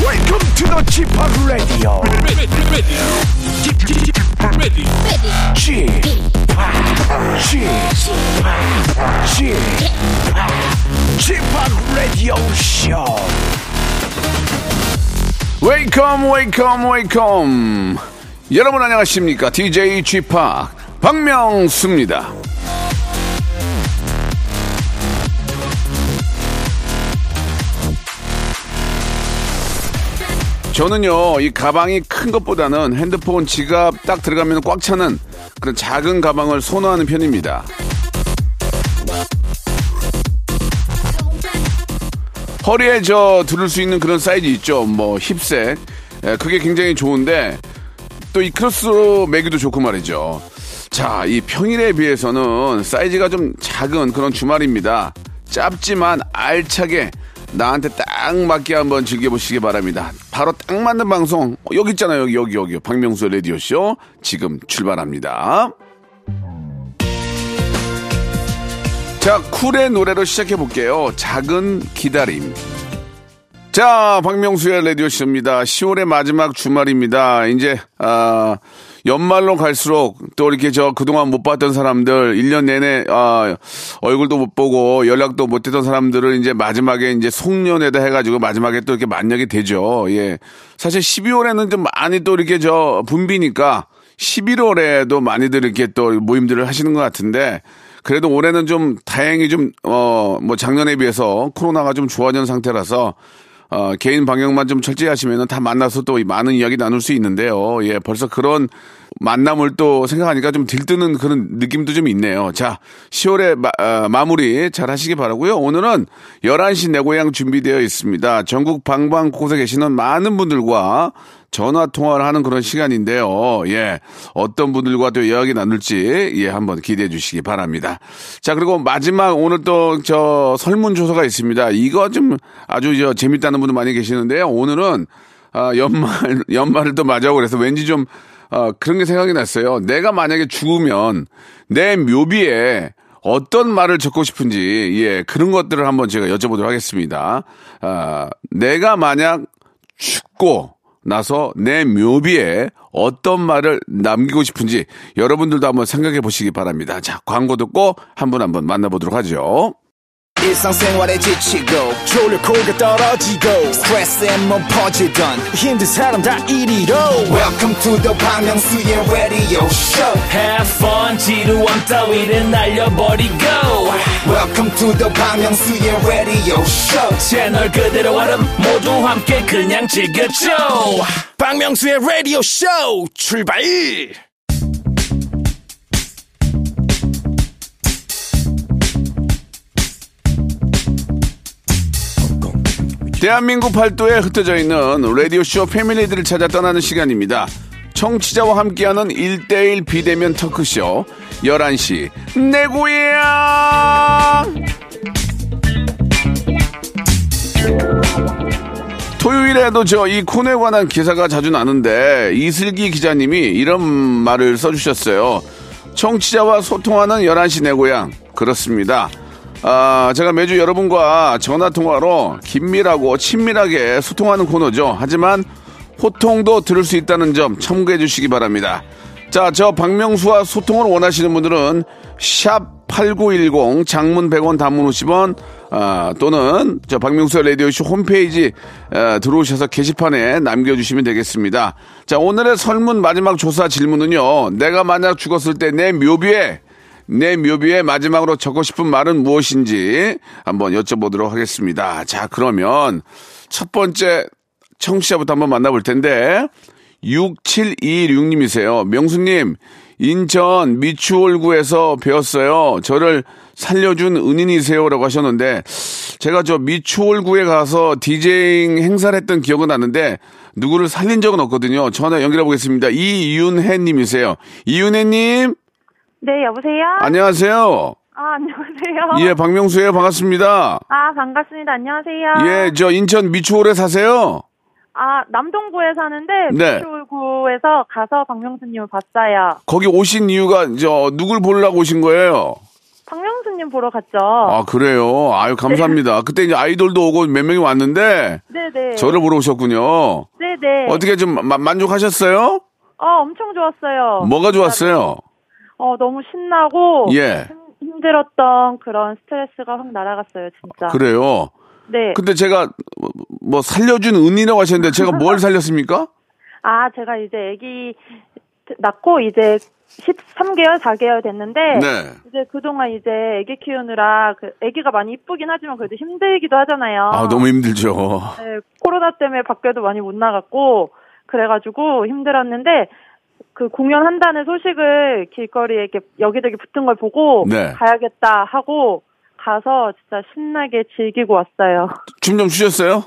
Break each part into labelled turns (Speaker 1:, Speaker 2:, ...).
Speaker 1: Welcome to the g p o p Radio.
Speaker 2: ready, ready, ready, ready.
Speaker 1: g p o p G p o p Radio Show. Welcome, welcome, welcome. 여러분 안녕하십니까? DJ g p o p 박명수입니다. 저는요 이 가방이 큰 것보다는 핸드폰 지갑 딱 들어가면 꽉 차는 그런 작은 가방을 선호하는 편입니다. 허리에 저 두를 수 있는 그런 사이즈 있죠. 뭐 힙색 예, 그게 굉장히 좋은데 또 이 크로스로 매기도 좋고 말이죠. 자, 이 평일에 비해서는 사이즈가 좀 작은 그런 주말입니다. 짧지만 알차게 나한테 딱 맞게 한번 즐겨보시기 바랍니다. 바로 딱 맞는 방송 어, 여기 있잖아요. 여기 여기 여기 박명수 라디오 쇼 지금 출발합니다. 자, 쿨의 노래로 시작해 볼게요. 작은 기다림. 자, 박명수의 라디오쇼입니다. 10월의 마지막 주말입니다. 이제, 아, 연말로 갈수록 또 이렇게 저 그동안 못 봤던 사람들, 1년 내내, 아, 얼굴도 못 보고 연락도 못 했던 사람들을 이제 마지막에 이제 송년회다 해가지고 마지막에 또 이렇게 만나게 되죠. 예. 사실 12월에는 좀 많이 또 이렇게 저 분비니까 11월에도 많이들 이렇게 또 모임들을 하시는 것 같은데 그래도 올해는 좀 다행히 좀, 어, 뭐 작년에 비해서 코로나가 좀 좋아진 상태라서 어, 개인 방역만 좀 철저히 하시면은 다 만나서 또 이 많은 이야기 나눌 수 있는데요. 예, 벌써 그런 만남을 또 생각하니까 좀 들뜨는 그런 느낌도 좀 있네요. 자, 10월에 마, 무리잘 하시기 바라고요 오늘은 11시 내 고향 준비되어 있습니다. 전국 방방 곳곳에 계시는 많은 분들과 전화 통화를 하는 그런 시간인데요. 예. 어떤 분들과 또 이야기 나눌지, 예, 한번 기대해 주시기 바랍니다. 자, 그리고 마지막 오늘 또 저 설문조사가 있습니다. 이거 좀 아주 저 재밌다는 분들 많이 계시는데요. 오늘은 아, 연말, 연말을 또 맞이하고 그래서 왠지 좀 어, 그런 게 생각이 났어요. 내가 만약에 죽으면 내 묘비에 어떤 말을 적고 싶은지, 예, 그런 것들을 한번 제가 여쭤보도록 하겠습니다. 아, 내가 만약 죽고 나서 내 묘비에 어떤 말을 남기고 싶은지 여러분들도 한번 생각해 보시기 바랍니다. 자, 광고 듣고 한 분 한 분 만나보도록 하죠.
Speaker 3: 일상생활에 지치고, 졸려 코가 떨어지고, 스트레스에 몸 퍼지던, 힘든 사람 다 이리로. welcome to the Bang Myung-soo's radio show
Speaker 4: Have fun 지루함 따위를 날려버리고
Speaker 3: welcome to the Bang Myung-soo's radio show
Speaker 4: 채널 그대로 얼음 모두 함께 그냥 즐겨줘
Speaker 3: 박명수의 radio show 출발
Speaker 1: 대한민국 팔도에 흩어져 있는 라디오쇼 패밀리들을 찾아 떠나는 시간입니다. 청취자와 함께하는 1대1 비대면 터크쇼 11시 내 고향 토요일에도 저 이 콘에 관한 기사가 자주 나는데 이슬기 기자님이 이런 말을 써주셨어요. 청취자와 소통하는 11시 내 고향 그렇습니다. 아, 제가 매주 여러분과 전화 통화로 긴밀하고 친밀하게 소통하는 코너죠. 하지만 호통도 들을 수 있다는 점 참고해 주시기 바랍니다. 자, 저 박명수와 소통을 원하시는 분들은 샵 8910 장문 100원 단문 50원 아, 또는 저 박명수의 라디오쇼 홈페이지 에, 들어오셔서 게시판에 남겨주시면 되겠습니다. 자, 오늘의 설문 마지막 조사 질문은요. 내가 만약 죽었을 때 내 묘비에 내 묘비에 마지막으로 적고 싶은 말은 무엇인지 한번 여쭤보도록 하겠습니다. 자, 그러면 첫 번째 청취자부터 한번 만나볼 텐데 6726님이세요. 명수님, 인천 미추홀구에서 배웠어요. 저를 살려준 은인이세요라고 하셨는데 제가 저 미추홀구에 가서 디제잉 행사를 했던 기억은 나는데 누구를 살린 적은 없거든요. 전화 연결해 보겠습니다. 이윤혜 님이세요. 이윤혜 님,
Speaker 5: 네, 여보세요?
Speaker 1: 안녕하세요.
Speaker 5: 아,
Speaker 6: 어?
Speaker 5: 안녕하세요.
Speaker 1: 예, 박명수예요. 반갑습니다.
Speaker 5: 아, 반갑습니다. 안녕하세요.
Speaker 1: 예, 저 인천 미추홀에 사세요.
Speaker 5: 아, 남동구에 사는데,
Speaker 1: 네.
Speaker 5: 미추홀구에서 가서 박명수님을 봤어요.
Speaker 1: 거기 오신 이유가 저 누굴 보려고 오신 거예요?
Speaker 6: 박명수님 보러 갔죠.
Speaker 1: 아, 그래요? 아유, 감사합니다. 그때 이제 아이돌도 오고 몇 명이 왔는데,
Speaker 6: 네. 네네.
Speaker 1: 저를 보러 오셨군요.
Speaker 6: 네네.
Speaker 1: 어떻게 좀 마- 만족하셨어요?
Speaker 6: 아, 엄청 좋았어요.
Speaker 1: 뭐가 좋았어요?
Speaker 6: 어, 너무 신나고.
Speaker 1: 예.
Speaker 6: 힘- 힘들었던 그런 스트레스가 확 날아갔어요, 진짜.
Speaker 1: 그래요.
Speaker 6: 네.
Speaker 1: 근데 제가 뭐 살려준 은이라고 하셨는데 제가 뭘 살렸습니까?
Speaker 6: 아, 제가 이제 아기 낳고 이제 13개월, 4개월 됐는데
Speaker 1: 네.
Speaker 6: 이제 그동안 이제 아기 키우느라 그 아기가 많이 이쁘긴 하지만 그래도 힘들기도 하잖아요.
Speaker 1: 아, 너무 힘들죠.
Speaker 6: 네, 코로나 때문에 밖에도 많이 못 나갔고 그래가지고 힘들었는데 그 공연한다는 소식을 길거리에 이렇게 여기저기 붙은 걸 보고
Speaker 1: 네.
Speaker 6: 가야겠다 하고 가서 진짜 신나게 즐기고 왔어요.
Speaker 1: 춤 좀 추셨어요?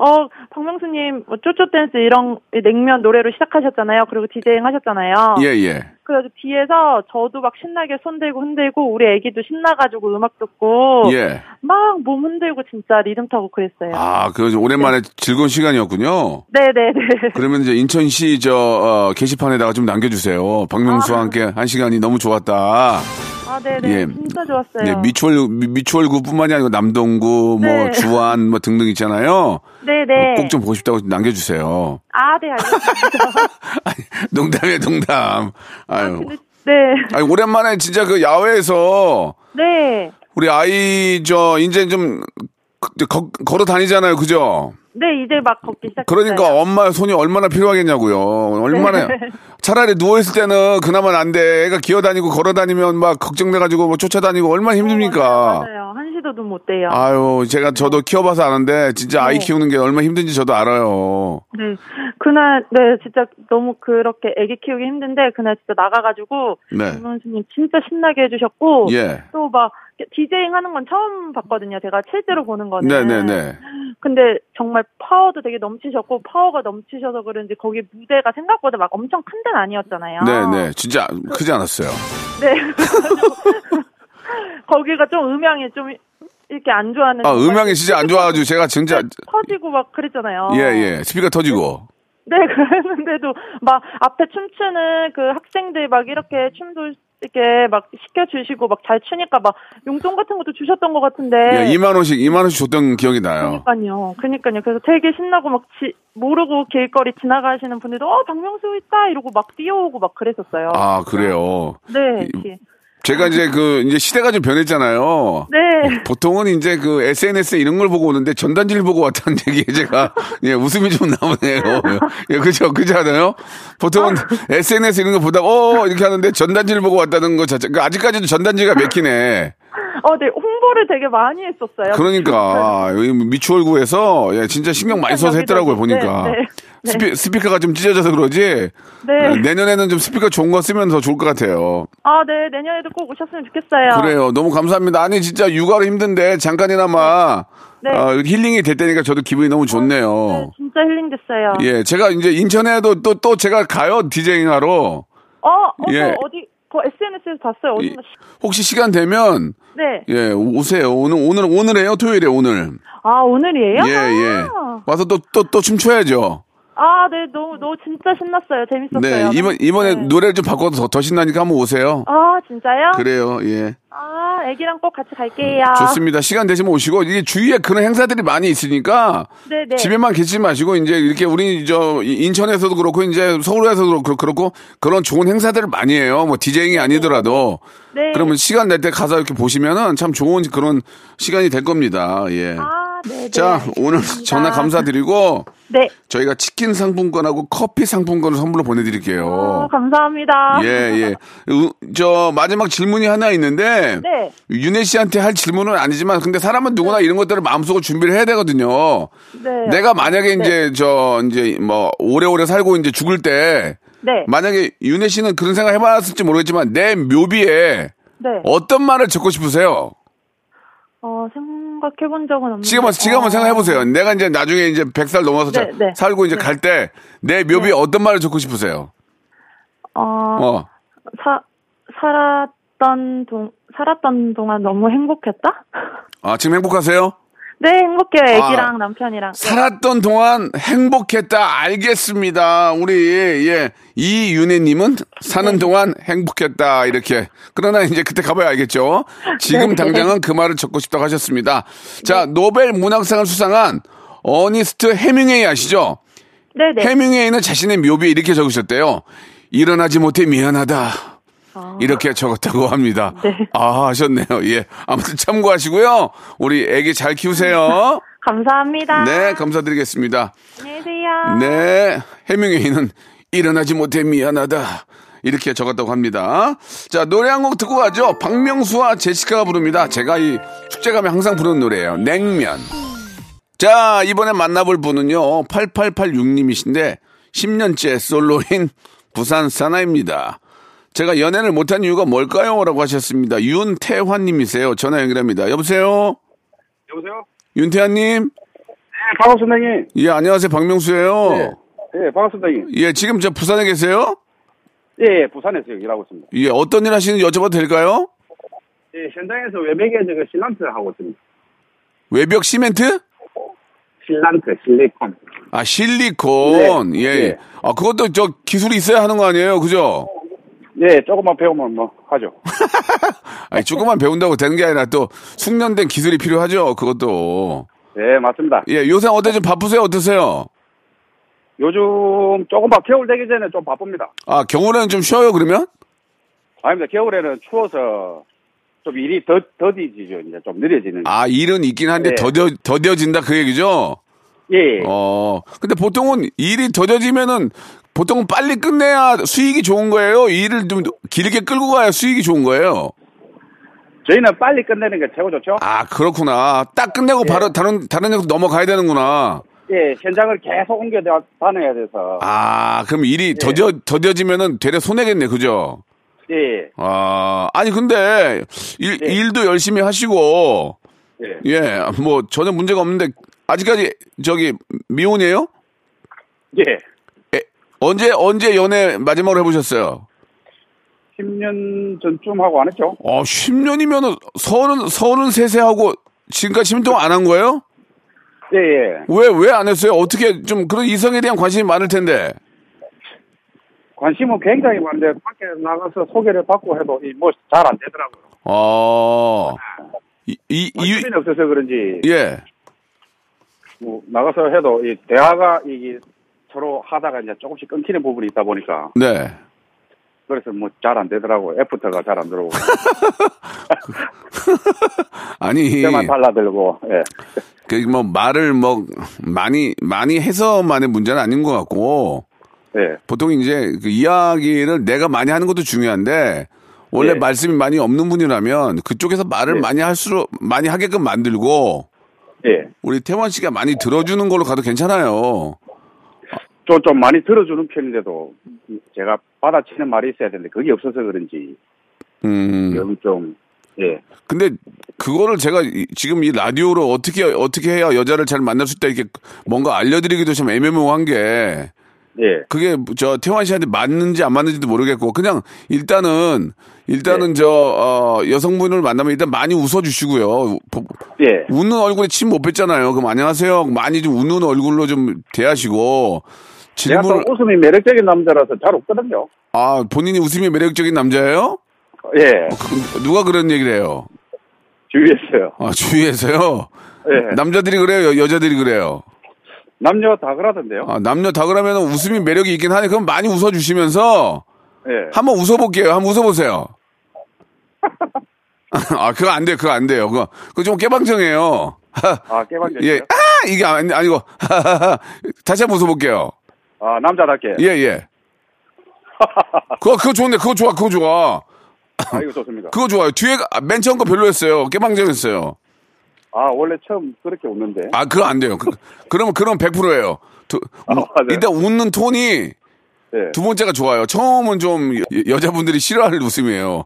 Speaker 6: 어, 박명수님, 뭐 쪼쪼 댄스 이런 냉면 노래로 시작하셨잖아요. 그리고 디제잉 하셨잖아요.
Speaker 1: 예, 예.
Speaker 6: 그래서 뒤에서 저도 막 신나게 손 들고 흔들고 우리 애기도 신나가지고 음악 듣고
Speaker 1: 예.
Speaker 6: 막 몸 흔들고 진짜 리듬 타고 그랬어요.
Speaker 1: 아, 그 오랜만에
Speaker 6: 네.
Speaker 1: 즐거운 시간이었군요.
Speaker 6: 네네네.
Speaker 1: 그러면 이제 인천시 저 어, 게시판에다가 좀 남겨주세요. 박명수와 함께 한 시간이 너무 좋았다.
Speaker 6: 아 네네.
Speaker 1: 예.
Speaker 6: 진짜 좋았어요.
Speaker 1: 예, 미추홀 미, 추홀구뿐만이 아니고 남동구, 뭐
Speaker 6: 네.
Speaker 1: 주안, 뭐 등등 있잖아요.
Speaker 6: 네네.
Speaker 1: 어, 꼭 좀 보고 싶다고 좀 남겨주세요.
Speaker 6: 아, 네, 알겠습니다.
Speaker 1: 아니, 농담이에요, 농담. 아유,
Speaker 6: 근데, 네.
Speaker 1: 아니, 오랜만에 진짜 그 야외에서
Speaker 6: 네.
Speaker 1: 우리 아이 저 이제 좀 그- 거- 걸어 다니잖아요, 그죠?
Speaker 6: 네, 이제 막 걷기 시작했어요.
Speaker 1: 그러니까 엄마 손이 얼마나 필요하겠냐고요. 얼마나
Speaker 6: 네.
Speaker 1: 차라리 누워 있을 때는 그나마 안 돼. 애가 기어 다니고 걸어 다니면 막 걱정돼 가지고 뭐 쫓아다니고 얼마나 힘듭니까?
Speaker 6: 네, 어, 맞아요. 한시도 눈 못 떼요.
Speaker 1: 아유, 제가 저도 키워봐서 아는데 진짜 아이
Speaker 6: 그렇죠? 네.
Speaker 1: 키우는 게 얼마나 힘든지 저도 알아요.
Speaker 6: 네. 그날, 네, 진짜 너무 그렇게 애기 키우기 힘든데, 그날 진짜 나가가지고,
Speaker 1: 네.
Speaker 6: 김선수님 진짜 신나게 해주셨고,
Speaker 1: 예.
Speaker 6: 또 막, 디제잉 하는 건 처음 봤거든요. 제가 실제로 보는 거는.
Speaker 1: 네, 네, 네.
Speaker 6: 근데 정말 파워도 되게 넘치셨고, 파워가 넘치셔서 그런지, 거기 무대가 생각보다 막 엄청 큰 데는 아니었잖아요.
Speaker 1: 네, 네. 진짜 크지 않았어요.
Speaker 6: 네. 거기가 좀 음향이 좀 이렇게 안 좋아하는.
Speaker 1: 아, 음향이 진짜 안 좋아 가지고 제가 진짜
Speaker 6: 터지고 막 그랬잖아요.
Speaker 1: 예, 예. 스피커 터지고.
Speaker 6: 네, 그랬는데도 막 앞에 춤추는 그 학생들 막 이렇게 춤도 이렇게 막 시켜주시고 막 잘 추니까 막 용돈 같은 것도 주셨던 것 같은데.
Speaker 1: 예, 2만 원씩 2만 원씩 줬던 기억이 나요.
Speaker 6: 네. 그러니까요. 그러니까요. 그래서 되게 신나고 막 지- 모르고 길거리 지나가시는 분들도 어 박명수 있다 이러고 막 뛰어오고 막 그랬었어요.
Speaker 1: 아, 그래요.
Speaker 6: 네. 이렇게.
Speaker 1: 제가 이제 그 이제 시대가 좀 변했잖아요.
Speaker 6: 네.
Speaker 1: 보통은 이제 그 SNS 에 이런 걸 보고 오는데 전단지를 보고 왔다는 얘기에 제가 예, 웃음이 좀 나오네요. 예, 그죠? 그지 않아요? 보통은 SNS 이런 거 보다가 어 이렇게 하는데 전단지를 보고 왔다는 거 자체 그 아직까지도 전단지가 맥히네.
Speaker 6: 어, 네. 홍보를 되게 많이 했었어요.
Speaker 1: 그러니까 여기 미추홀구에서 예, 진짜 신경 많이 써서 했더라고요 보니까.
Speaker 6: 네, 네.
Speaker 1: 스피, 스피커가 좀 찢어져서 그러지
Speaker 6: 네.
Speaker 1: 예, 내년에는 좀 스피커 좋은 거 쓰면 더 좋을 것 같아요.
Speaker 6: 아, 네. 내년에도 꼭 오셨으면 좋겠어요.
Speaker 1: 그래요. 너무 감사합니다. 아니 진짜 육아로 힘든데 잠깐이나마
Speaker 6: 네.
Speaker 1: 어, 힐링이 될 때니까 저도 기분이 너무
Speaker 6: 네,
Speaker 1: 좋네요.
Speaker 6: 진짜 힐링됐어요.
Speaker 1: 예, 제가 이제 인천에도 또 또 제가 가요 디제잉하러.
Speaker 6: 어, 어, 저
Speaker 1: 예.
Speaker 6: 어디, 그 SNS에서 봤어요. 어디,
Speaker 1: 이- 혹시 시간 되면
Speaker 6: 네.
Speaker 1: 예 오- 오세요. 오늘 오늘 오늘에요 토요일에 오늘.
Speaker 6: 아, 오늘이에요?
Speaker 1: 예 예.
Speaker 6: 아.
Speaker 1: 와서 또 또 또 춤춰야죠.
Speaker 6: 아, 네. 너무, 너무 진짜 신났어요.
Speaker 1: 네
Speaker 6: 재밌었어요.
Speaker 1: 이번 이번에
Speaker 6: 네.
Speaker 1: 노래를 좀 바꿔서 더, 더 신나니까 한번 오세요.
Speaker 6: 아, 진짜요?
Speaker 1: 그래요 예
Speaker 6: 아, 애기랑 꼭 같이 갈게요.
Speaker 1: 좋습니다. 시간 되시면 오시고 이게 주위에 그런 행사들이 많이 있으니까
Speaker 6: 네네.
Speaker 1: 집에만 계시지 마시고 이제 이렇게 우리 저 인천에서도 그렇고 이제 서울에서도 그렇- 그렇고 그런 좋은 행사들을 많이 해요. 뭐 디제잉이 아니더라도
Speaker 6: 네.
Speaker 1: 그러면 시간 날 때 가서 이렇게 보시면은 참 좋은 그런 시간이 될 겁니다. 예.
Speaker 6: 아, 네.
Speaker 1: 자
Speaker 6: 네.
Speaker 1: 오늘
Speaker 6: 알겠습니다.
Speaker 1: 전화 감사드리고
Speaker 6: 네.
Speaker 1: 저희가 치킨 상품권하고 커피 상품권을 선물로
Speaker 6: 어,
Speaker 1: 보내드릴게요.
Speaker 6: 감사합니다.
Speaker 1: 예 예. 으, 저 마지막 질문이 하나 있는데
Speaker 6: 네.
Speaker 1: 윤혜 씨한테 할 질문은 아니지만 근데 사람은 누구나 이런 것들을 마음속으로 준비를 해야 되거든요.
Speaker 6: 네.
Speaker 1: 내가 만약에 이제 저 이제 뭐 오래오래 살고 이제 죽을 때
Speaker 6: 네.
Speaker 1: 만약에 윤혜 씨는 그런 생각 해봤을지 모르겠지만 내 묘비에
Speaker 6: 네.
Speaker 1: 어떤 말을 적고 싶으세요?
Speaker 6: 어, 생각해 본 적은 없는데.
Speaker 1: 지금 한번 지금 한번 생각해 보세요. 내가 이제 나중에 이제 100살 넘어서 자-
Speaker 6: 네, 네.
Speaker 1: 살고 이제 갈 때 내 묘비에 어떤 말을 적고 싶으세요?
Speaker 6: 어,
Speaker 1: 어.
Speaker 6: 사, 살았던 동, 살았던 동안 너무 행복했다?
Speaker 1: 아 지금 행복하세요?
Speaker 5: 네, 행복해요. 애기랑
Speaker 1: 아,
Speaker 5: 남편이랑.
Speaker 1: 살았던 동안 행복했다 알겠습니다. 우리 예 이윤혜님은 사는
Speaker 5: 네.
Speaker 1: 동안 행복했다 이렇게 그러나 이제 그때 가봐야 알겠죠. 지금
Speaker 5: 네.
Speaker 1: 당장은 그 말을 적고 싶다고 하셨습니다. 자 노벨 문학상을 수상한 어니스트 해밍웨이 아시죠?
Speaker 5: 네, 네.
Speaker 1: 해밍웨이는 자신의 묘비에 이렇게 적으셨대요. 일어나지 못해 미안하다. 이렇게 적었다고 합니다.
Speaker 5: 아. 네.
Speaker 1: 아, 하셨네요. 예. 아무튼 참고하시고요. 우리 애기 잘 키우세요.
Speaker 5: 감사합니다.
Speaker 1: 네, 감사드리겠습니다.
Speaker 5: 안녕히 계세요.
Speaker 1: 네. 해밍웨이는 일어나지 못해 미안하다. 이렇게 적었다고 합니다. 자, 노래 한 곡 듣고 가죠. 박명수와 제시카가 부릅니다. 제가 이 축제 가면 항상 부르는 노래예요. 냉면. 자, 이번에 만나볼 분은요. 8886님이신데 10년째 솔로인 부산 사나입니다. 제가 연애를 못한 이유가 뭘까요? 라고 하셨습니다. 윤태환님이세요. 전화 연결합니다. 여보세요?
Speaker 7: 여보세요?
Speaker 1: 윤태환님?
Speaker 7: 네, 반갑습니다, 형님.
Speaker 1: 예, 안녕하세요. 박명수예요
Speaker 7: 예, 반갑습니다, 형님.
Speaker 1: 예, 지금 저 부산에 계세요?
Speaker 7: 예, 예, 부산에서 여기 일하고 있습니다.
Speaker 1: 예, 어떤 일 하시는지 여쭤봐도 될까요?
Speaker 7: 예, 현장에서 외벽에 제가 실란트를 하고 있습니다.
Speaker 1: 외벽 시멘트?
Speaker 7: 실란트, 실리콘.
Speaker 1: 아, 실리콘.
Speaker 7: 네.
Speaker 1: 예. 예.
Speaker 7: 예.
Speaker 1: 아, 그것도 저 기술이 있어야 하는 거 아니에요? 그죠?
Speaker 7: 예, 조금만 배우면 뭐, 하죠.
Speaker 1: 아니, 조금만 배운다고 되는 게 아니라 또 숙련된 기술이 필요하죠. 그것도.
Speaker 7: 예, 맞습니다.
Speaker 1: 예, 요새 어때 좀 바쁘세요? 어떠세요?
Speaker 7: 요즘 조금 바, 겨울 되기 전에 좀 바쁩니다.
Speaker 1: 아, 겨울에는 좀 쉬어요, 그러면?
Speaker 7: 아닙니다. 겨울에는 추워서 좀 일이 더, 더디지죠. 이제 좀 느려지는.
Speaker 1: 아, 일은 있긴 한데
Speaker 7: 네.
Speaker 1: 더뎌, 더뎌진다 그 얘기죠?
Speaker 7: 예, 예.
Speaker 1: 어. 근데 보통은 일이 더뎌지면은 보통은 빨리 끝내야 수익이 좋은 거예요? 일을 좀 길게 끌고 가야 수익이 좋은 거예요?
Speaker 7: 저희는 빨리 끝내는 게 최고 좋죠?
Speaker 1: 아 그렇구나. 딱 끝내고 바로 다른 다른 데로 넘어가야 되는구나.
Speaker 7: 예, 현장을 계속 옮겨 다- 다녀야 돼서.
Speaker 1: 아 그럼 일이 더뎌 더뎌지면은 되려 손해겠네, 그죠?
Speaker 7: 예,
Speaker 1: 아 아니 근데 일,
Speaker 7: 예.
Speaker 1: 일도 열심히 하시고
Speaker 7: 예.
Speaker 1: 예 뭐 전혀 문제가 없는데 아직까지 저기 미혼이에요?
Speaker 7: 예.
Speaker 1: 에, 언제 언제 연애 마지막으로 해보셨어요?
Speaker 7: 10년 전쯤 하고 안 했죠?
Speaker 1: 어 10년이면은 서른 서른 세세 하고 지금까지 10년 동안 안 한 거예요?
Speaker 7: 예, 예.
Speaker 1: 왜 왜 안 했어요? 어떻게 좀 그런 이성에 대한 관심이 많을 텐데.
Speaker 7: 관심은 굉장히 많은데 밖에 나가서 소개를 받고 해도 뭐 잘 안 되더라고요.
Speaker 1: 어. 이, 이, 이,
Speaker 7: 관심이 없어서 그런지
Speaker 1: 예.
Speaker 7: 뭐 나가서 해도 이 대화가 이게 서로 하다가 이제 조금씩 끊기는 부분이 있다 보니까
Speaker 1: 네.
Speaker 7: 그래서 뭐 잘 안 되더라고요. 애프터가 잘 안 들어오고
Speaker 1: 아니,
Speaker 7: 때만 달라들고 예.
Speaker 1: 그 뭐 말을 뭐 많이 많이 해서만의 문제는 아닌 것 같고
Speaker 7: 예.
Speaker 1: 보통 이제 그 이야기를 내가 많이 하는 것도 중요한데 원래
Speaker 7: 예.
Speaker 1: 말씀이 많이 없는 분이라면 그쪽에서 말을
Speaker 7: 예.
Speaker 1: 많이 할수록 많이 하게끔 만들고
Speaker 7: 예.
Speaker 1: 우리 태원 씨가 많이 들어주는 걸로 가도 괜찮아요.
Speaker 7: 좀, 좀 많이 들어주는 편인데도 제가 받아치는 말이 있어야 되는데 그게 없어서 그런지
Speaker 1: 음.
Speaker 7: 좀, 좀 예.
Speaker 1: 근데 그거를 제가 이- 지금 이 라디오로 어떻게 어떻게 해야 여자를 잘 만날 수 있다 이렇게 뭔가 알려드리기도 참 애매모호한 게
Speaker 7: 예.
Speaker 1: 그게 저 태환 씨한테 맞는지 안 맞는지도 모르겠고 그냥 일단은 일단은 저 어, 여성분을 만나면 일단 많이 웃어주시고요. 우- 보-
Speaker 7: 예.
Speaker 1: 웃는 얼굴에 침 못 뱉잖아요. 그럼 안녕하세요. 많이 좀 웃는 얼굴로 좀 대하시고
Speaker 7: 제가 또
Speaker 1: 질문
Speaker 7: 웃음이 매력적인 남자라서 잘 웃거든요.
Speaker 1: 아 본인이 웃음이 매력적인 남자예요?
Speaker 7: 예.
Speaker 1: 그- 누가 그런 얘기를 해요?
Speaker 7: 주위에서요.
Speaker 1: 아 주위에서요. 네.
Speaker 7: 예.
Speaker 1: 남자들이 그래요. 여- 여자들이 그래요.
Speaker 7: 남녀 다 그러던데요.
Speaker 1: 아, 남녀 다 그러면 웃음이 매력이 있긴 하니 그럼 많이 웃어주시면서
Speaker 7: 예.
Speaker 1: 한번 웃어볼게요. 한번 웃어보세요. 아, 그거 안 돼. 그거 안 돼요. 그거, 그거 좀 깨방정해요.
Speaker 7: 아, 깨방정.
Speaker 1: 예. 아! 이게 아니, 아니고. 다시 한번 웃어볼게요.
Speaker 7: 아, 남자답게.
Speaker 1: 예, 예. 그거, 그거 좋은데. 그거 좋아. 그거 좋아.
Speaker 7: 아, 이거 좋습니다.
Speaker 1: 그거 좋아요. 뒤에, 아, 맨 처음 거 별로였어요. 깨방정했어요.
Speaker 7: 아, 원래 처음 그렇게 웃는데.
Speaker 1: 아, 그거 안 돼요. 그, 그러면, 그럼 100%예요. 두,
Speaker 7: 아, 맞아요.
Speaker 1: 일단 웃는 톤이
Speaker 7: 예.
Speaker 1: 뭐, 두 번째가 좋아요. 처음은 좀 여- 여자분들이 싫어할 웃음이에요.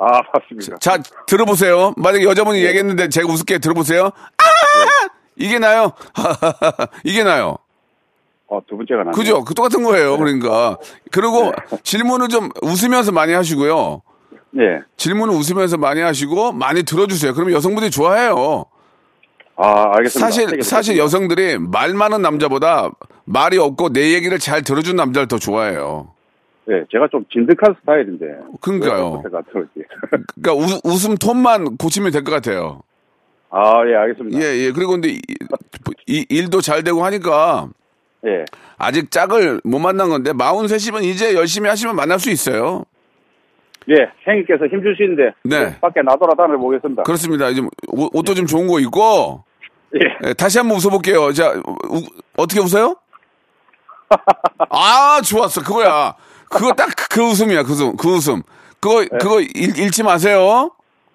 Speaker 7: 아, 맞습니다.
Speaker 1: 자, 들어보세요. 만약에 여자분이
Speaker 7: 예.
Speaker 1: 얘기했는데 제가 우습게 들어보세요. 아! 이게 나요. 이게 나요.
Speaker 7: 어, 두 번째가 나.
Speaker 1: 그죠? 그 똑같은 거예요. 그러니까. 그리고 질문을 좀 웃으면서 많이 하시고요.
Speaker 7: 예.
Speaker 1: 질문을 웃으면서 많이 하시고 많이 들어주세요. 그러면 여성분들이 좋아해요.
Speaker 7: 아, 알겠습니다.
Speaker 1: 사실
Speaker 7: 어떻게
Speaker 1: 사실
Speaker 7: 됐습니까?
Speaker 1: 여성들이 말 많은 남자보다 말이 없고 내 얘기를 잘 들어준 남자를 더 좋아해요.
Speaker 7: 네, 제가 좀 진득한 스타일인데.
Speaker 1: 그러니까요.
Speaker 7: 제가 들었지.
Speaker 1: 그러니까 우- 웃음 톤만 고치면 될 것 같아요.
Speaker 7: 아, 예, 알겠습니다.
Speaker 1: 예, 예. 그리고 근데 이, 이 일도 잘 되고 하니까
Speaker 7: 예.
Speaker 1: 아직 짝을 못 만난 건데 43이면 이제 열심히 하시면 만날 수 있어요.
Speaker 7: 예, 형님께서 힘주시는데.
Speaker 1: 네.
Speaker 7: 밖에 나돌아 다녀 보겠습니다.
Speaker 1: 그렇습니다. 이제 옷- 옷도 좀 좋은 거 입고
Speaker 7: 예.
Speaker 1: 예, 다시 한번 웃어볼게요. 자, 우- 어떻게 웃어요? 아, 좋았어. 그거야. 그거 딱 그 웃음이야. 그 웃음. 그 웃음. 그거, 그거 잃, 잃지 마세요.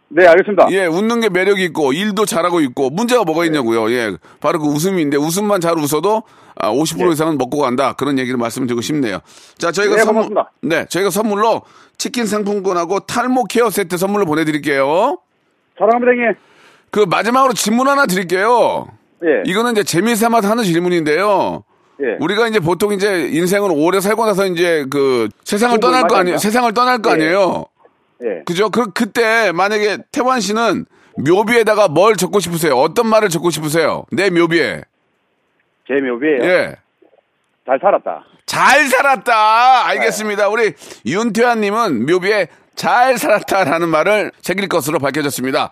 Speaker 7: 네, 알겠습니다.
Speaker 1: 예, 웃는 게 매력이 있고, 일도 잘하고 있고, 문제가
Speaker 7: 네.
Speaker 1: 뭐가 있냐고요. 예, 바로 그 웃음인데, 웃음만 잘 웃어도, 아, 50% 이상은 먹고 간다. 그런 얘기를 말씀드리고 싶네요. 자, 저희가
Speaker 7: 네,
Speaker 1: 선물,
Speaker 7: 고맙습니다.
Speaker 1: 네, 저희가 선물로 치킨 상품권하고 탈모 케어 세트 선물로 보내드릴게요.
Speaker 7: 사랑합니다, 형님.
Speaker 1: 그 마지막으로 질문 하나 드릴게요.
Speaker 7: 예.
Speaker 1: 이거는 이제 재미삼아 하는 질문인데요.
Speaker 7: 예.
Speaker 1: 우리가 이제 보통 이제 인생을 오래 살고 나서 이제 그 세상을
Speaker 7: 친구를
Speaker 1: 떠날 거 아니에요.
Speaker 7: 만난다.
Speaker 1: 세상을 떠날 거
Speaker 7: 예.
Speaker 1: 아니에요.
Speaker 7: 예.
Speaker 1: 그죠? 그 그때 만약에 태환 씨는 묘비에다가 뭘 적고 싶으세요? 어떤 말을 적고 싶으세요? 내 묘비에.
Speaker 7: 제 묘비에요.
Speaker 1: 예.
Speaker 7: 잘 살았다.
Speaker 1: 잘 살았다. 알겠습니다. 우리 윤태환 님은 묘비에 잘 살았다라는 말을 새길 것으로 밝혀졌습니다.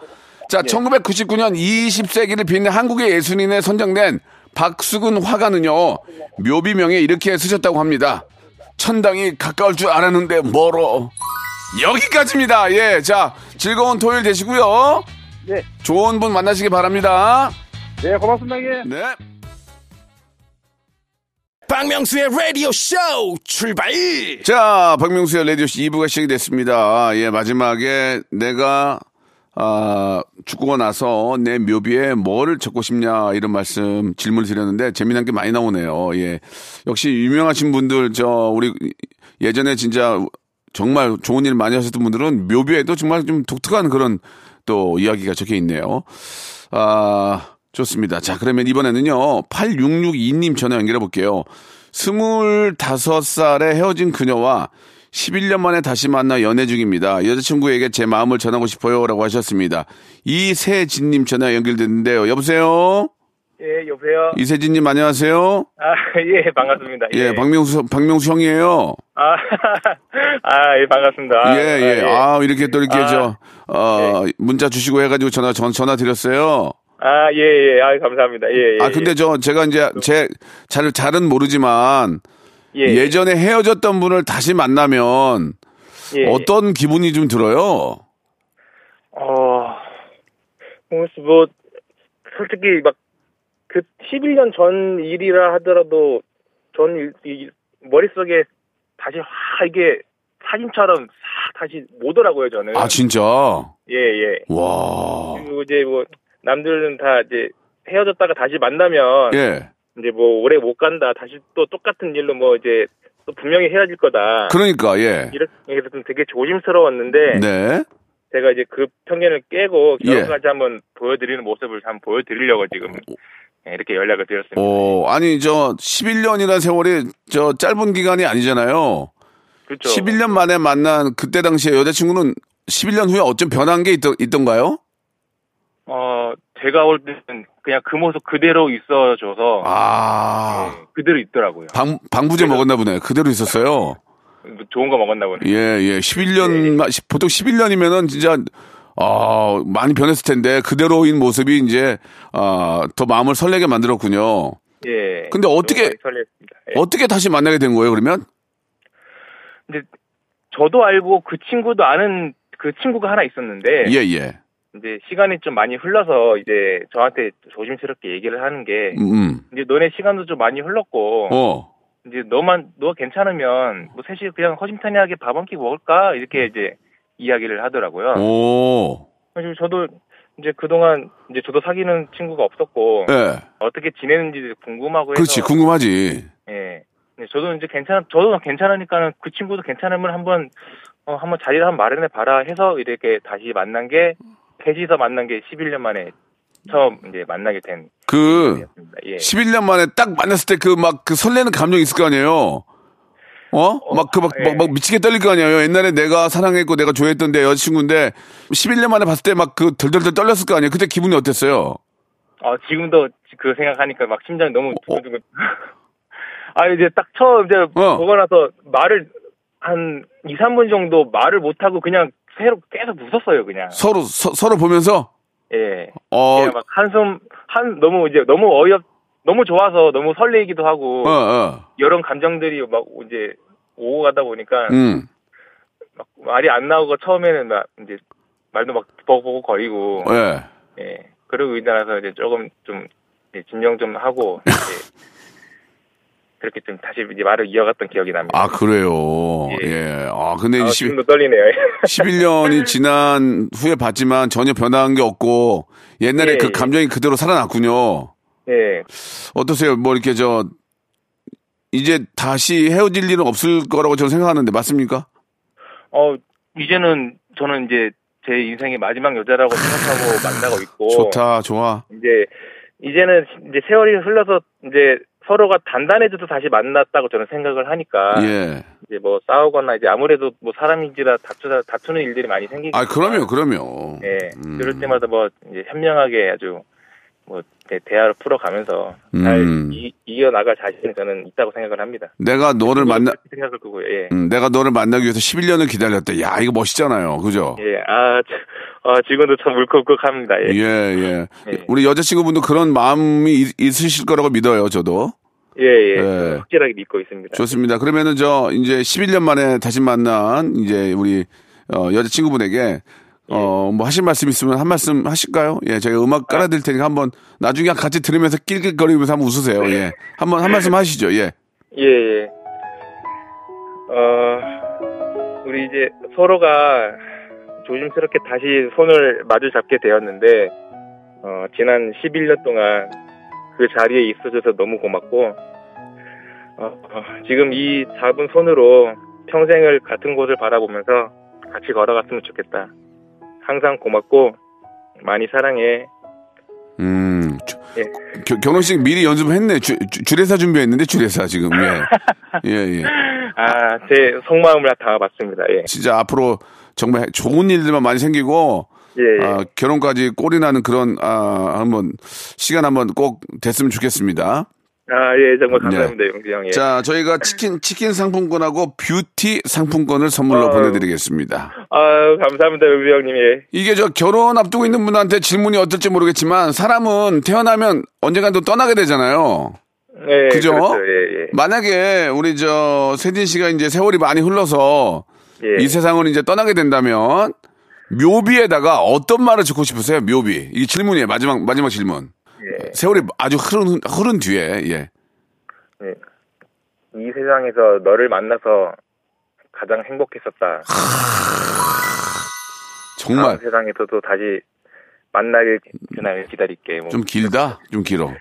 Speaker 1: 자, 1999년 20세기를 빛낸 한국의 예술인에 선정된 박수근 화가는요. 묘비명에 이렇게 쓰셨다고 합니다. 천당이 가까울 줄 알았는데 멀어. 여기까지입니다. 예. 자, 즐거운 토요일 되시고요.
Speaker 7: 네.
Speaker 1: 좋은 분 만나시기 바랍니다.
Speaker 7: 네, 고맙습니다, 형님.
Speaker 1: 네.
Speaker 4: 박명수의 라디오 쇼 출발
Speaker 1: 자, 박명수의 라디오씨 2부가 시작이 됐습니다. 예, 마지막에 내가, 아, 죽고 나서 내 묘비에 뭐를 적고 싶냐, 이런 말씀, 질문을 드렸는데, 재미난 게 많이 나오네요. 예. 역시 유명하신 분들, 저, 우리, 예전에 진짜 정말 좋은 일 많이 하셨던 분들은 묘비에도 정말 좀 독특한 그런 또 이야기가 적혀 있네요. 아, 좋습니다. 자, 그러면 이번에는요, 8662님 전화 연결해 볼게요. 25살에 헤어진 그녀와 11년 만에 다시 만나 연애 중입니다. 여자친구에게 제 마음을 전하고 싶어요. 라고 하셨습니다. 이세진님 전화 연결됐는데요. 여보세요?
Speaker 8: 예, 여보세요.
Speaker 1: 이세진님 안녕하세요?
Speaker 8: 아, 예, 반갑습니다.
Speaker 1: 예, 박명수, 박명수 형이에요.
Speaker 8: 아, 아, 예, 반갑습니다.
Speaker 1: 예, 예. 아, 이렇게 또 이렇게
Speaker 8: 아, 예.
Speaker 1: 저, 어, 문자 주시고 해가지고 전화, 전, 전화 드렸어요.
Speaker 8: 아, 예, 예. 아, 감사합니다. 예, 예.
Speaker 1: 아, 근데
Speaker 8: 예.
Speaker 1: 저, 제가 이제, 제, 잘, 잘은 모르지만,
Speaker 8: 예,
Speaker 1: 예. 전에 헤어졌던 분을 다시 만나면
Speaker 8: 예, 예.
Speaker 1: 어떤 기분이 좀 들어요?
Speaker 8: 어, 혹시 뭐, 솔직히 막, 그 11년 전 일이라 하더라도, 전 일, 이, 머릿속에 다시 확 이게 사진처럼 싹 다시 오더라고요, 저는.
Speaker 1: 아, 진짜?
Speaker 8: 예, 예.
Speaker 1: 와.
Speaker 8: 그리고 이제 뭐, 남들은 다 이제 헤어졌다가 다시 만나면,
Speaker 1: 예.
Speaker 8: 이제 뭐 오래 못 간다. 다시 또 똑같은 일로 뭐 이제 또 분명히 헤어질 거다.
Speaker 1: 그러니까, 예.
Speaker 8: 이렇게 해서 좀 되게 조심스러웠는데
Speaker 1: 네.
Speaker 8: 제가 이제 그 편견을 깨고
Speaker 1: 예.
Speaker 8: 결과까지 한번 보여드리는 모습을 한번 보여드리려고 지금 예, 이렇게 연락을 드렸습니다.
Speaker 1: 오, 어, 아니, 저, 11년이라는 세월이 저 짧은 기간이 아니잖아요.
Speaker 8: 그렇죠.
Speaker 1: 11년 만에 만난 그때 당시에 여자친구는 11년 후에 어쩜 변한 게 있, 있던가요?
Speaker 8: 어 제가 올 때는 그냥 그 모습 그대로 있어줘서
Speaker 1: 아,
Speaker 8: 예, 그대로 있더라고요.
Speaker 1: 방, 방부제 먹었나 보네. 그대로 있었어요.
Speaker 8: 뭐 좋은 거 먹었나 보네.
Speaker 1: 예, 예. 11년, 만 보통 11년이면은 진짜, 아, 많이 변했을 텐데, 그대로인 모습이 이제, 아, 더 마음을 설레게 만들었군요.
Speaker 8: 예.
Speaker 1: 근데 어떻게-
Speaker 8: 너무 많이 설렜습니다. 예.
Speaker 1: 어떻게 다시 만나게 된 거예요, 그러면?
Speaker 8: 근데 저도 알고 그 친구도 아는 그 친구가 하나 있었는데
Speaker 1: 예, 예.
Speaker 8: 이제 시간이 좀 많이 흘러서 이제 저한테 조심스럽게 얘기를 하는 게
Speaker 1: 음,
Speaker 8: 이제 너네 시간도 좀 많이 흘렀고
Speaker 1: 음. 어.
Speaker 8: 이제 너만 너 괜찮으면 뭐 셋이 그냥 허심탄회하게 밥 한 끼 먹을까 이렇게 이제 이야기를
Speaker 1: 어.
Speaker 8: 하더라고요.
Speaker 1: 오.
Speaker 8: 그래서 저도 이제 그동안 이제 저도 사귀는 친구가 없었고
Speaker 1: 예.
Speaker 8: 어떻게 지내는지 궁금하고 해서
Speaker 1: 그렇지, 궁금하지.
Speaker 8: 예. 근데 저도 이제 괜찮 저도 괜찮으니까는 그 친구도 괜찮으면 한번 어 한번 자리를 한번 마련해 봐라 해서 이렇게 다시 만난 게 폐지에서 만난 게 11년 만에 처음 이제 만나게 된
Speaker 1: 그,
Speaker 8: 일이었습니다. 예.
Speaker 1: 11년 만에 딱 만났을 때 그 막 그 설레는 감정이 있을 거 아니에요? 어? 막 그 막
Speaker 8: 예.
Speaker 1: 막, 막 미치게 떨릴 거 아니에요? 옛날에 내가 사랑했고 내가 좋아했던 내 여자친구인데 11년 만에 봤을 때 막 그 덜덜덜 떨렸을 거 아니에요? 그때 기분이 어땠어요?
Speaker 8: 아, 지금도 그 생각하니까 막 심장이 너무 두근두근. 아, 이제 딱 처음 이제
Speaker 1: 어.
Speaker 8: 보고 나서 말을 한 2, 3분 정도 말을 못하고 그냥 새로 계속 웃었어요, 그냥.
Speaker 1: 서로 서, 서로 보면서
Speaker 8: 예.
Speaker 1: 어,
Speaker 8: 그냥 막 한숨, 한, 너무 이제 너무 어이없, 너무 좋아서 너무 설레이기도 하고,
Speaker 1: 어, 어,
Speaker 8: 여러 감정들이 막 이제 오고 가다 보니까
Speaker 1: 음,
Speaker 8: 막 말이 안 나오고 처음에는 막 이제 말도 막 버벅버벅 거리고,
Speaker 1: 예.
Speaker 8: 예. 그러고 일어나서 이제 조금 좀 이제 진정 좀 하고 이제 그렇게 좀 다시 이제 말을 이어갔던 기억이 납니다.
Speaker 1: 아 그래요.
Speaker 8: 예.
Speaker 1: 예. 아 근데
Speaker 8: 아,
Speaker 1: 이 10,
Speaker 8: 지금도 떨리네요.
Speaker 1: 11년이 지난 후에 봤지만 전혀 변한 게 없고 옛날에
Speaker 8: 예,
Speaker 1: 그
Speaker 8: 예.
Speaker 1: 감정이 그대로 살아났군요.
Speaker 8: 예.
Speaker 1: 어떠세요? 뭐 이렇게 저 이제 다시 헤어질 일은 없을 거라고 저는 생각하는데 맞습니까?
Speaker 8: 어 이제는 저는 이제 제 인생의 마지막 여자라고 생각하고 만나고 있고
Speaker 1: 좋다, 좋아.
Speaker 8: 이제 이제는 이제 세월이 흘러서 이제 서로가 단단해져서 다시 만났다고 저는 생각을 하니까
Speaker 1: 예.
Speaker 8: 이제 뭐 싸우거나 이제 아무래도 뭐 사람인지라 다투다 다투는 일들이 많이 생기고
Speaker 1: 아 그럼요, 그럼요.
Speaker 8: 예.
Speaker 1: 음.
Speaker 8: 그럴 때마다 뭐 이제 현명하게 아주 뭐 대, 화를 풀어가면서
Speaker 1: 음.
Speaker 8: 잘 이, 이어나갈 자신이 저는 있다고 생각을 합니다.
Speaker 1: 내가 너를 만나
Speaker 8: 그렇게 생각을 그고 예.
Speaker 1: 음, 내가 너를 만나기 위해서 11년을 기다렸대. 야, 이거 멋있잖아요. 그죠?
Speaker 8: 예. 아, 저- 아, 지금도 참 울컥울컥합니다.
Speaker 1: 예,
Speaker 8: 예.
Speaker 1: 예.
Speaker 8: 예.
Speaker 1: 우리 여자친구분도 그런 마음이 있- 있으실 거라고 믿어요, 저도.
Speaker 8: 예, 예.
Speaker 1: 예.
Speaker 8: 확실하게 믿고 있습니다.
Speaker 1: 좋습니다. 그러면은 저 이제 11년 만에 다시 만난 이제 우리 어, 여자친구분에게 어 뭐 하실 말씀 있으면 한 말씀 하실까요? 예, 저희가 음악 깔아드릴 테니까 한번 나중에 같이 들으면서 낄낄거리면서 한번 웃으세요. 예, 한번 한 말씀 하시죠. 예,
Speaker 8: 예, 예. 어, 우리 이제 서로가 조심스럽게 다시 손을 마주 잡게 되었는데, 어, 지난 11년 동안 그 자리에 있어줘서 너무 고맙고, 어, 어, 지금 이 잡은 손으로 평생을 같은 곳을 바라보면서 같이 걸어갔으면 좋겠다. 항상 고맙고, 많이 사랑해.
Speaker 1: 음, 주-
Speaker 8: 예.
Speaker 1: 겨- 결혼식 미리 연습했네. 주, 주, 주례사 준비했는데 주례사 지금 예, 예, 예.
Speaker 8: 아, 제 속마음을 담아봤습니다. 예.
Speaker 1: 진짜 앞으로 정말 좋은 일들만 많이 생기고
Speaker 8: 예. 예.
Speaker 1: 아, 결혼까지 꼴이 나는 그런 아 한번 시간 한번 꼭 됐으면 좋겠습니다.
Speaker 8: 아, 예, 정말 감사합니다, 용지 형.
Speaker 1: 네.
Speaker 8: 예.
Speaker 1: 자, 저희가 치킨, 치킨 상품권하고 뷰티 상품권을 선물로
Speaker 8: 아유.
Speaker 1: 보내드리겠습니다.
Speaker 8: 아유, 감사합니다, 용지 형님. 예.
Speaker 1: 이게 저 결혼 앞두고 있는 분한테 질문이 어떨지 모르겠지만 사람은 태어나면 언젠간 또 떠나게 되잖아요.
Speaker 8: 예
Speaker 1: 그죠?
Speaker 8: 그렇죠. 예, 예.
Speaker 1: 만약에 우리 저 세진 씨가 이제 세월이 많이 흘러서
Speaker 8: 예.
Speaker 1: 이 세상을 이제 떠나게 된다면 묘비에다가 어떤 말을 듣고 싶으세요? 묘비. 이게 질문이에요. 마지막, 마지막 질문. 세월이 아주 흐른, 흐른 뒤에, 예.
Speaker 8: 이 세상에서 너를 만나서 가장 행복했었다. 다음 아,
Speaker 1: 정말.
Speaker 8: 네. 세상에서도 다시 만날 그날을 기다릴게. 뭐.
Speaker 1: 좀 길다? 좀 길어.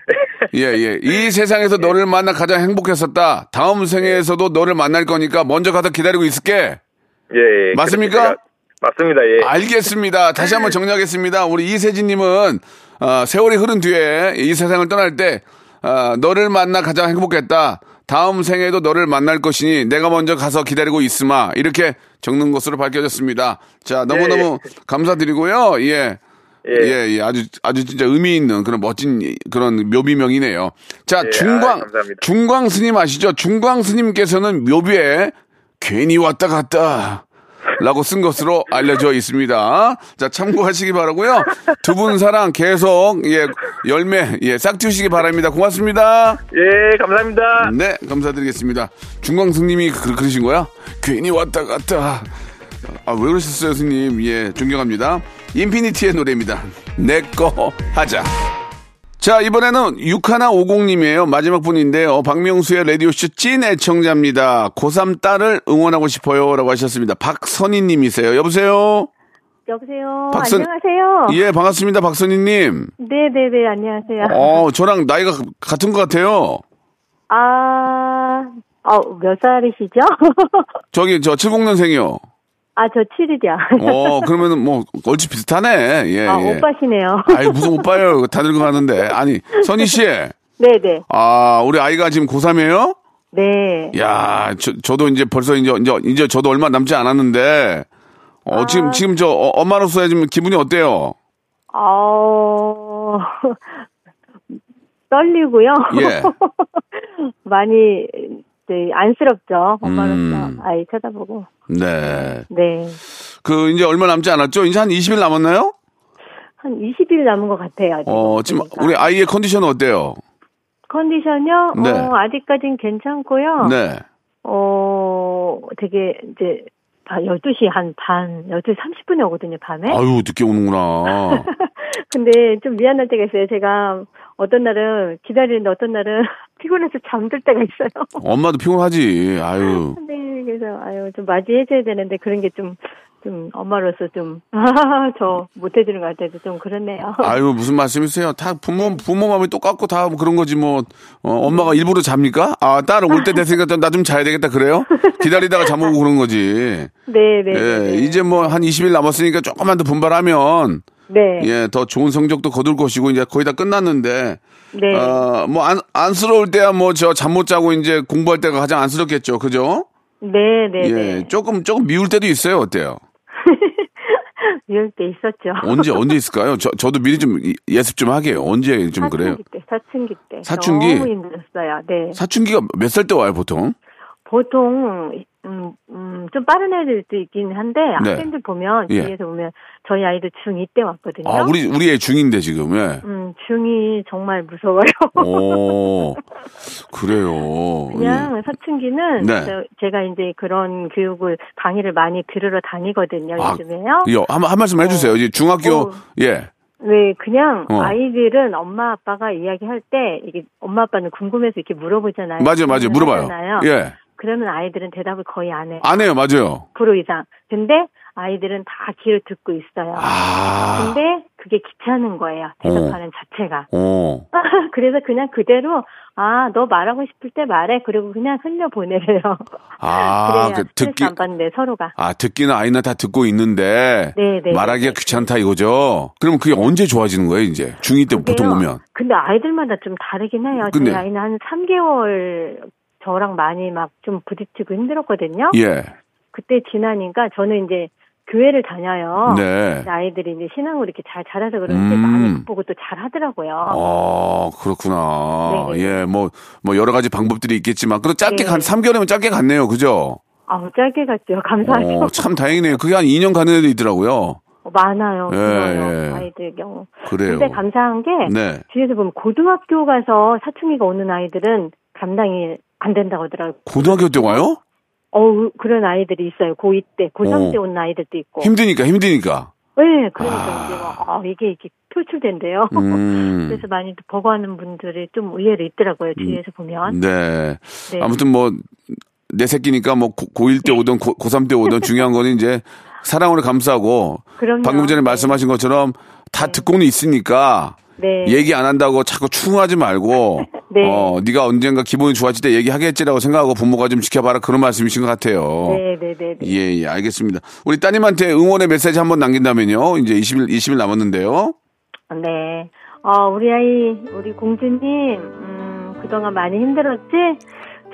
Speaker 1: 예, 예. 이 세상에서 너를 만나 가장 행복했었다. 다음 생에서도 너를 만날 거니까 먼저 가서 기다리고 있을게.
Speaker 8: 예, 예.
Speaker 1: 맞습니까?
Speaker 8: 그렇게 제가- 맞습니다, 예.
Speaker 1: 알겠습니다. 다시 한번 정리하겠습니다. 우리 이세진님은, 어, 세월이 흐른 뒤에 이 세상을 떠날 때, 어, 너를 만나 가장 행복했다. 다음 생에도 너를 만날 것이니 내가 먼저 가서 기다리고 있으마. 이렇게 적는 것으로 밝혀졌습니다. 자, 너무너무 감사드리고요. 예.
Speaker 8: 예.
Speaker 1: 예, 예, 아주, 아주 진짜 의미 있는 그런 멋진 그런 묘비명이네요. 자,
Speaker 8: 예, 아,
Speaker 1: 중광,
Speaker 8: 감사합니다.
Speaker 1: 중광 스님 아시죠? 중광 스님께서는 묘비에 괜히 왔다 갔다 라고 쓴 것으로 알려져 있습니다. 자, 참고하시기 바라고요 두 분 사랑 계속, 예, 열매, 예, 싹틔우시기 바랍니다. 고맙습니다.
Speaker 8: 예, 감사합니다.
Speaker 1: 네, 감사드리겠습니다. 중광 스님이 그, 그러신 거야? 괜히 왔다 갔다. 아, 왜 그러셨어요, 스님? 예, 존경합니다. 인피니티의 노래입니다. 내 거 하자. 자, 이번에는 6150님이에요. 마지막 분인데요. 어, 박명수의 라디오쇼 찐 애청자입니다. 고3 딸을 응원하고 싶어요. 라고 하셨습니다. 박선희님이세요. 여보세요?
Speaker 6: 여보세요.
Speaker 1: 박선-
Speaker 6: 안녕하세요.
Speaker 1: 예, 반갑습니다. 박선희님.
Speaker 6: 네네네 안녕하세요.
Speaker 1: 어, 저랑 나이가 같은 것 같아요.
Speaker 6: 아, 어, 몇 살이시죠?
Speaker 1: 저기, 저 70년생이요.
Speaker 6: 아, 저 7일이야.
Speaker 1: 어, 그러면은 뭐, 얼추 비슷하네. 예,
Speaker 6: 아,
Speaker 1: 예.
Speaker 6: 오빠시네요.
Speaker 1: 아이, 무슨 오빠예요. 다 늙어가는데. 아니, 선희 씨.
Speaker 6: 네네.
Speaker 1: 아, 우리 아이가 지금 고3이에요? 예.
Speaker 6: 네.
Speaker 1: 야, 저, 저도 이제 벌써 이제, 이제, 이제 저도 얼마 남지 않았는데.
Speaker 6: 아.
Speaker 1: 어, 지금, 지금 저, 어, 엄마로서 지금 기분이 어때요?
Speaker 6: 어, 떨리고요.
Speaker 1: 예.
Speaker 6: 많이 이제 안쓰럽죠. 엄마로서
Speaker 1: 음.
Speaker 6: 아이 쳐다보고.
Speaker 1: 네.
Speaker 6: 네.
Speaker 1: 그 이제 얼마 남지 않았죠? 이제 한 20일 남았나요?
Speaker 6: 한 20일 남은 것 같아요. 아직.
Speaker 1: 어, 지금
Speaker 6: 그러니까.
Speaker 1: 우리 아이의 컨디션은 어때요?
Speaker 6: 컨디션이요?
Speaker 1: 네.
Speaker 6: 어, 아직까진 괜찮고요.
Speaker 1: 네.
Speaker 6: 어, 되게 이제 다 12시 한 반, 12시 30분에 오거든요, 밤에.
Speaker 1: 아유, 늦게 오는구나.
Speaker 6: 근데 좀 미안할 때가 있어요. 제가 어떤 날은 기다리는데 어떤 날은 피곤해서 잠들 때가 있어요.
Speaker 1: 엄마도 피곤하지. 아유.
Speaker 6: 네, 그래서 아유 좀 맞이해줘야 되는데 그런 게 좀 좀 엄마로서 좀 저 못해주는 것 같아서 좀 그렇네요.
Speaker 1: 아유, 무슨 말씀이세요? 다 부모, 부모 마음이 똑같고 다 그런 거지 뭐. 어, 엄마가 일부러 잡니까? 아, 딸 올 때 됐으니까 나 좀 자야 되겠다. 그래요? 기다리다가 잠 오고 그런 거지.
Speaker 6: 네, 네,
Speaker 1: 예,
Speaker 6: 네,
Speaker 1: 이제 뭐 한 20일 남았으니까 조금만 더 분발하면
Speaker 6: 네,
Speaker 1: 예, 더 좋은 성적도 거둘 것이고 이제 거의 다 끝났는데
Speaker 6: 네,
Speaker 1: 어, 뭐 안, 안쓰러울 때야 뭐 저 잠 못 자고 이제 공부할 때가 가장 안쓰럽겠죠. 그죠?
Speaker 6: 네, 네,
Speaker 1: 예.
Speaker 6: 네.
Speaker 1: 조금 조금 미울 때도 있어요. 어때요?
Speaker 6: 이럴 때 있었죠.
Speaker 1: 언제 언제 있을까요? 저 저도 미리 좀 이- 예습 좀 하게요. 언제
Speaker 6: 아,
Speaker 1: 좀 그래요?
Speaker 6: 사춘기 때, 사춘기 때.
Speaker 1: 사춘기?
Speaker 6: 너무 힘들었어요. 네.
Speaker 1: 사춘기가 몇 살 때 와요, 보통?
Speaker 6: 보통 음, 음, 좀 빠른 애들도 있긴 한데 학생들 보면
Speaker 1: 네. 예.
Speaker 6: 뒤에서 보면 저희 아이도 중2 때 왔거든요.
Speaker 1: 아, 우리 우리 애 중인데 지금. 예.
Speaker 6: 음, 중2 정말 무서워요.
Speaker 1: 오. 그래요.
Speaker 6: 그냥 사춘기는
Speaker 1: 음. 네.
Speaker 6: 저- 제가 이제 그런 교육을 강의를 많이 들으러 다니거든요
Speaker 1: 아,
Speaker 6: 요즘에요.
Speaker 1: 예. 예, 한, 한 말씀 해주세요. 이제 중학교
Speaker 6: 네. 어.
Speaker 1: 예.
Speaker 6: 네, 그냥
Speaker 1: 어.
Speaker 6: 아이들은 엄마 아빠가 이야기할 때 이게 엄마 아빠는 궁금해서 이렇게 물어보잖아요.
Speaker 1: 맞아요, 맞아요.
Speaker 6: 질문을
Speaker 1: 물어봐요.
Speaker 6: 하잖아요.
Speaker 1: 예.
Speaker 6: 그러면 아이들은 대답을 거의 안 해요.
Speaker 1: 안 해요, 맞아요.
Speaker 6: 100% 이상. 근데 아이들은 다 귀를 듣고 있어요.
Speaker 1: 아.
Speaker 6: 근데 그게 귀찮은 거예요. 대답하는 자체가.
Speaker 1: 어.
Speaker 6: 그래서 그냥 그대로 아 너 말하고 싶을 때 말해. 그리고 그냥 흘려 보내래요.
Speaker 1: 아,
Speaker 6: 그래야
Speaker 1: 그 듣기
Speaker 6: 스트레스 안 받는데 서로가.
Speaker 1: 아, 듣기는 아이나 다 듣고 있는데
Speaker 6: 네, 네.
Speaker 1: 말하기가 그 귀찮다 이거죠. 그럼 그게 언제 좋아지는 거예요, 이제? 중2 때 보통
Speaker 6: 그래요.
Speaker 1: 보면.
Speaker 6: 근데 아이들마다 좀 다르긴 해요.
Speaker 1: 근데-
Speaker 6: 저희 아이는 한 3개월 저랑 많이 막 좀 부딪히고 힘들었거든요.
Speaker 1: 예.
Speaker 6: 그때 지나니까 저는 이제 교회를 다녀요.
Speaker 1: 네.
Speaker 6: 근데 아이들이 이제 신앙을 이렇게 잘 자라서 그런지
Speaker 1: 음.
Speaker 6: 많이 보고 또 잘하더라고요.
Speaker 1: 아, 그렇구나.
Speaker 6: 네, 네.
Speaker 1: 예, 뭐, 뭐, 여러 가지 방법들이 있겠지만, 그래도 짧게
Speaker 6: 네.
Speaker 1: 간, 3개월이면 짧게 갔네요. 그죠?
Speaker 6: 아우 짧게 갔죠. 감사하죠.
Speaker 1: 어, 참 다행이네요. 그게 한 2년 가는 애도 있더라고요.
Speaker 6: 많아요.
Speaker 1: 예,
Speaker 6: 정말요.
Speaker 1: 예.
Speaker 6: 아이들 경우.
Speaker 1: 그래요.
Speaker 6: 근데 감사한 게
Speaker 1: 네.
Speaker 6: 뒤에서 보면 고등학교 가서 사춘기가 오는 아이들은 감당이 안 된다고 하더라고요.
Speaker 1: 고등학교 때 와요?
Speaker 6: 어우, 그런 아이들이 있어요. 고2 때, 고3 때
Speaker 1: 어.
Speaker 6: 오는 아이들도 있고.
Speaker 1: 힘드니까, 힘드니까.
Speaker 6: 네, 그러니까
Speaker 1: 아.
Speaker 6: 이제 막, 아, 이게 이렇게 표출된대요.
Speaker 1: 음.
Speaker 6: 그래서 많이 버거하는 분들이 좀 의외로 있더라고요. 뒤에서 보면.
Speaker 1: 네.
Speaker 6: 네.
Speaker 1: 음. 아무튼 뭐, 내 새끼니까 뭐, 고, 고1 때 오든 고, 고3 때 오든 중요한 거는 이제 사랑으로 감싸고,
Speaker 6: 그럼요.
Speaker 1: 방금 전에
Speaker 6: 네.
Speaker 1: 말씀하신 것처럼 다 듣고는 있으니까,
Speaker 6: 네.
Speaker 1: 얘기 안 한다고 자꾸 추궁하지 말고,
Speaker 6: 네.
Speaker 1: 어, 네가 언젠가 기분이 좋아질 때 얘기하겠지라고 생각하고 부모가 좀 지켜봐라 그런 말씀이신 것 같아요.
Speaker 6: 네, 네, 네. 네.
Speaker 1: 예, 예, 알겠습니다. 우리 따님한테 응원의 메시지 한번 남긴다면요. 이제 20일, 20일 남았는데요.
Speaker 6: 네. 어, 우리 아이, 우리 공주님, 음, 그동안 많이 힘들었지?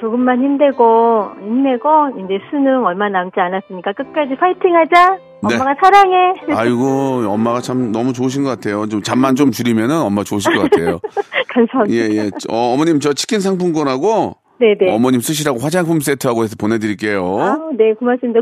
Speaker 6: 조금만 힘내고, 힘내고, 이제 수능 얼마 남지 않았으니까 끝까지 파이팅
Speaker 1: 네.
Speaker 6: 하자! 엄마가 사랑해!
Speaker 1: 아이고, 엄마가 참 너무 좋으신 것 같아요. 좀 잠만 좀 줄이면은 엄마 좋으실 것 같아요.
Speaker 6: 감사합니다.
Speaker 1: 예, 예. 어, 어머님 저 치킨 상품권하고
Speaker 6: 네네.
Speaker 1: 어머님 쓰시라고 화장품 세트하고 해서 보내드릴게요.
Speaker 6: 아우, 네, 고맙습니다.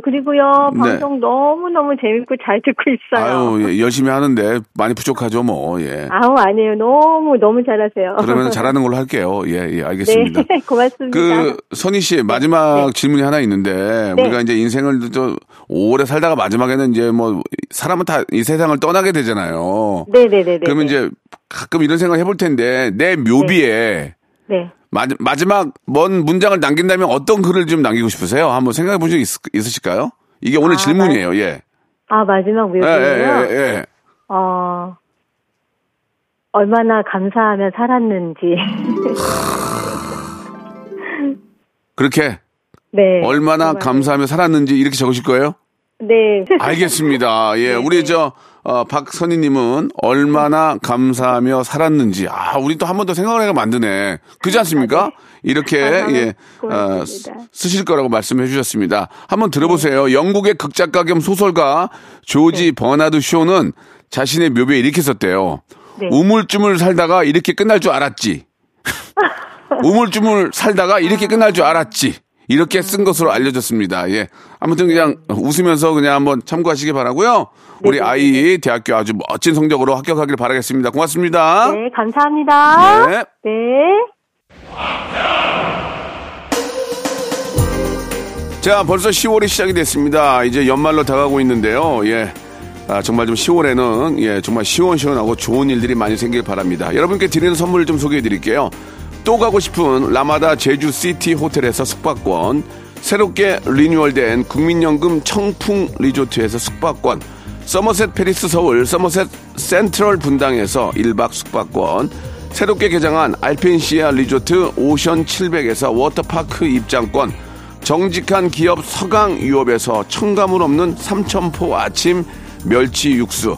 Speaker 1: 어?
Speaker 6: 그리고요,
Speaker 1: 네.
Speaker 6: 방송 너무너무 재밌고 잘 듣고 있어요.
Speaker 1: 아유, 예, 열심히 하는데 많이 부족하죠, 뭐. 예.
Speaker 6: 아우, 아니에요. 너무, 너무 잘하세요.
Speaker 1: 그러면 잘하는 걸로 할게요. 예, 예, 알겠습니다.
Speaker 6: 아, 네, 고맙습니다.
Speaker 1: 그 선희 씨 마지막 질문이 하나 있는데
Speaker 6: 네.
Speaker 1: 우리가 이제 인생을 좀 오래 살다가 마지막에는 이제 뭐 사람은 다 이 세상을 떠나게 되잖아요.
Speaker 6: 네네네네.
Speaker 1: 그러면 이제 가끔 이런 생각 해볼 텐데 내 묘비에
Speaker 6: 네.
Speaker 1: 마지, 마지막 먼 문장을 남긴다면 어떤 글을 좀 남기고 싶으세요? 한번 생각해 본 적 있으실까요? 이게 오늘
Speaker 6: 아,
Speaker 1: 질문이에요. 예.
Speaker 6: 아, 마지막
Speaker 1: 예, 예,
Speaker 6: 묘기는요.
Speaker 1: 예, 예.
Speaker 6: 어, 얼마나 감사하며 살았는지.
Speaker 1: 그렇게
Speaker 6: 네.
Speaker 1: 얼마나
Speaker 6: 정말.
Speaker 1: 감사하며 살았는지 이렇게 적으실 거예요?
Speaker 6: 네.
Speaker 1: 알겠습니다. 예, 우리 저 어, 박선희님은 얼마나 감사하며 살았는지 아, 우리 또 한 번 더 생각을 해가 만드네. 그지 않습니까? 이렇게
Speaker 6: 아,
Speaker 1: 예,
Speaker 6: 고맙습니다. 네.
Speaker 1: 어, 쓰- 쓰실 거라고 말씀해 주셨습니다. 한번 들어보세요. 영국의 극작가 겸 소설가 조지 버나드 쇼는 자신의 묘비에 이렇게 썼대요.
Speaker 6: 네.
Speaker 1: 우물쭈물 살다가 이렇게 끝날 줄 알았지. 우물쭈물 살다가 이렇게 끝날 줄 알았지. 이렇게 쓴 것으로 알려졌습니다. 예. 아무튼 그냥 웃으면서 그냥 한번 참고하시기 바라고요. 우리 아이 대학교 아주 멋진 성적으로 합격하길 바라겠습니다. 고맙습니다.
Speaker 6: 네, 감사합니다.
Speaker 1: 아? 네.
Speaker 6: 네.
Speaker 1: 자, 벌써 10월이 시작이 됐습니다. 이제 연말로 다가오고 있는데요. 예. 아, 정말 좀 10월에는, 예, 정말 시원시원하고 좋은 일들이 많이 생길 바랍니다. 여러분께 드리는 선물을 좀 소개해 드릴게요. 또 가고 싶은 라마다 제주시티 호텔에서 숙박권, 새롭게 리뉴얼된 국민연금 청풍 리조트에서 숙박권, 서머셋 페리스 서울, 서머셋 센트럴 분당에서 1박 숙박권, 새롭게 개장한 알펜시아 리조트 오션 700에서 워터파크 입장권, 정직한 기업 서강유업에서 첨가물 없는 삼천포 아침 멸치 육수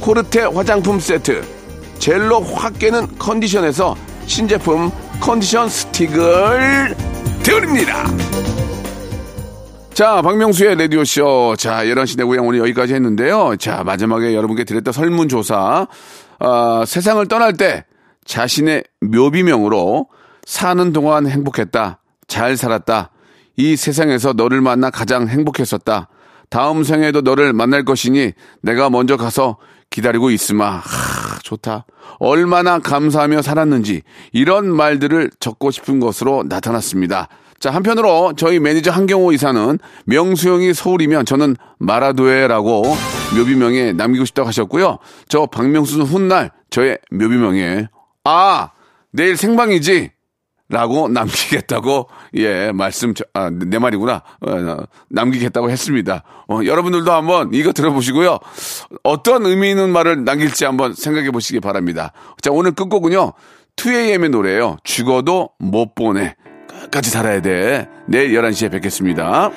Speaker 1: 코르테 화장품 세트 젤로 확 깨는 컨디션에서 신제품 컨디션 스틱을 드립니다. 자, 박명수의 라디오쇼. 자, 11시 내 고향 오늘 여기까지 했는데요. 자, 마지막에 여러분께 드렸던 설문조사. 어, 세상을 떠날 때 자신의 묘비명으로 사는 동안 행복했다. 잘 살았다. 이 세상에서 너를 만나 가장 행복했었다. 다음 생에도 너를 만날 것이니 내가 먼저 가서 기다리고 있으마. 하, 좋다. 얼마나 감사하며 살았는지 이런 말들을 적고 싶은 것으로 나타났습니다. 자, 한편으로 저희 매니저 한경호 이사는 명수형이 서울이면 저는 마라도에라고 묘비명에 남기고 싶다고 하셨고요. 저 박명수는 훗날 저의 묘비명에 아, 내일 생방이지. 라고 남기겠다고 예 말씀 저- 아, 내 말이구나 어, 남기겠다고 했습니다. 어, 여러분들도 한번 이거 들어보시고요 어떤 의미 있는 말을 남길지 한번 생각해 보시기 바랍니다. 자 오늘 끝곡은요 2AM의 노래예요. 죽어도 못 보내 끝까지 살아야 돼. 내일 11시에 뵙겠습니다.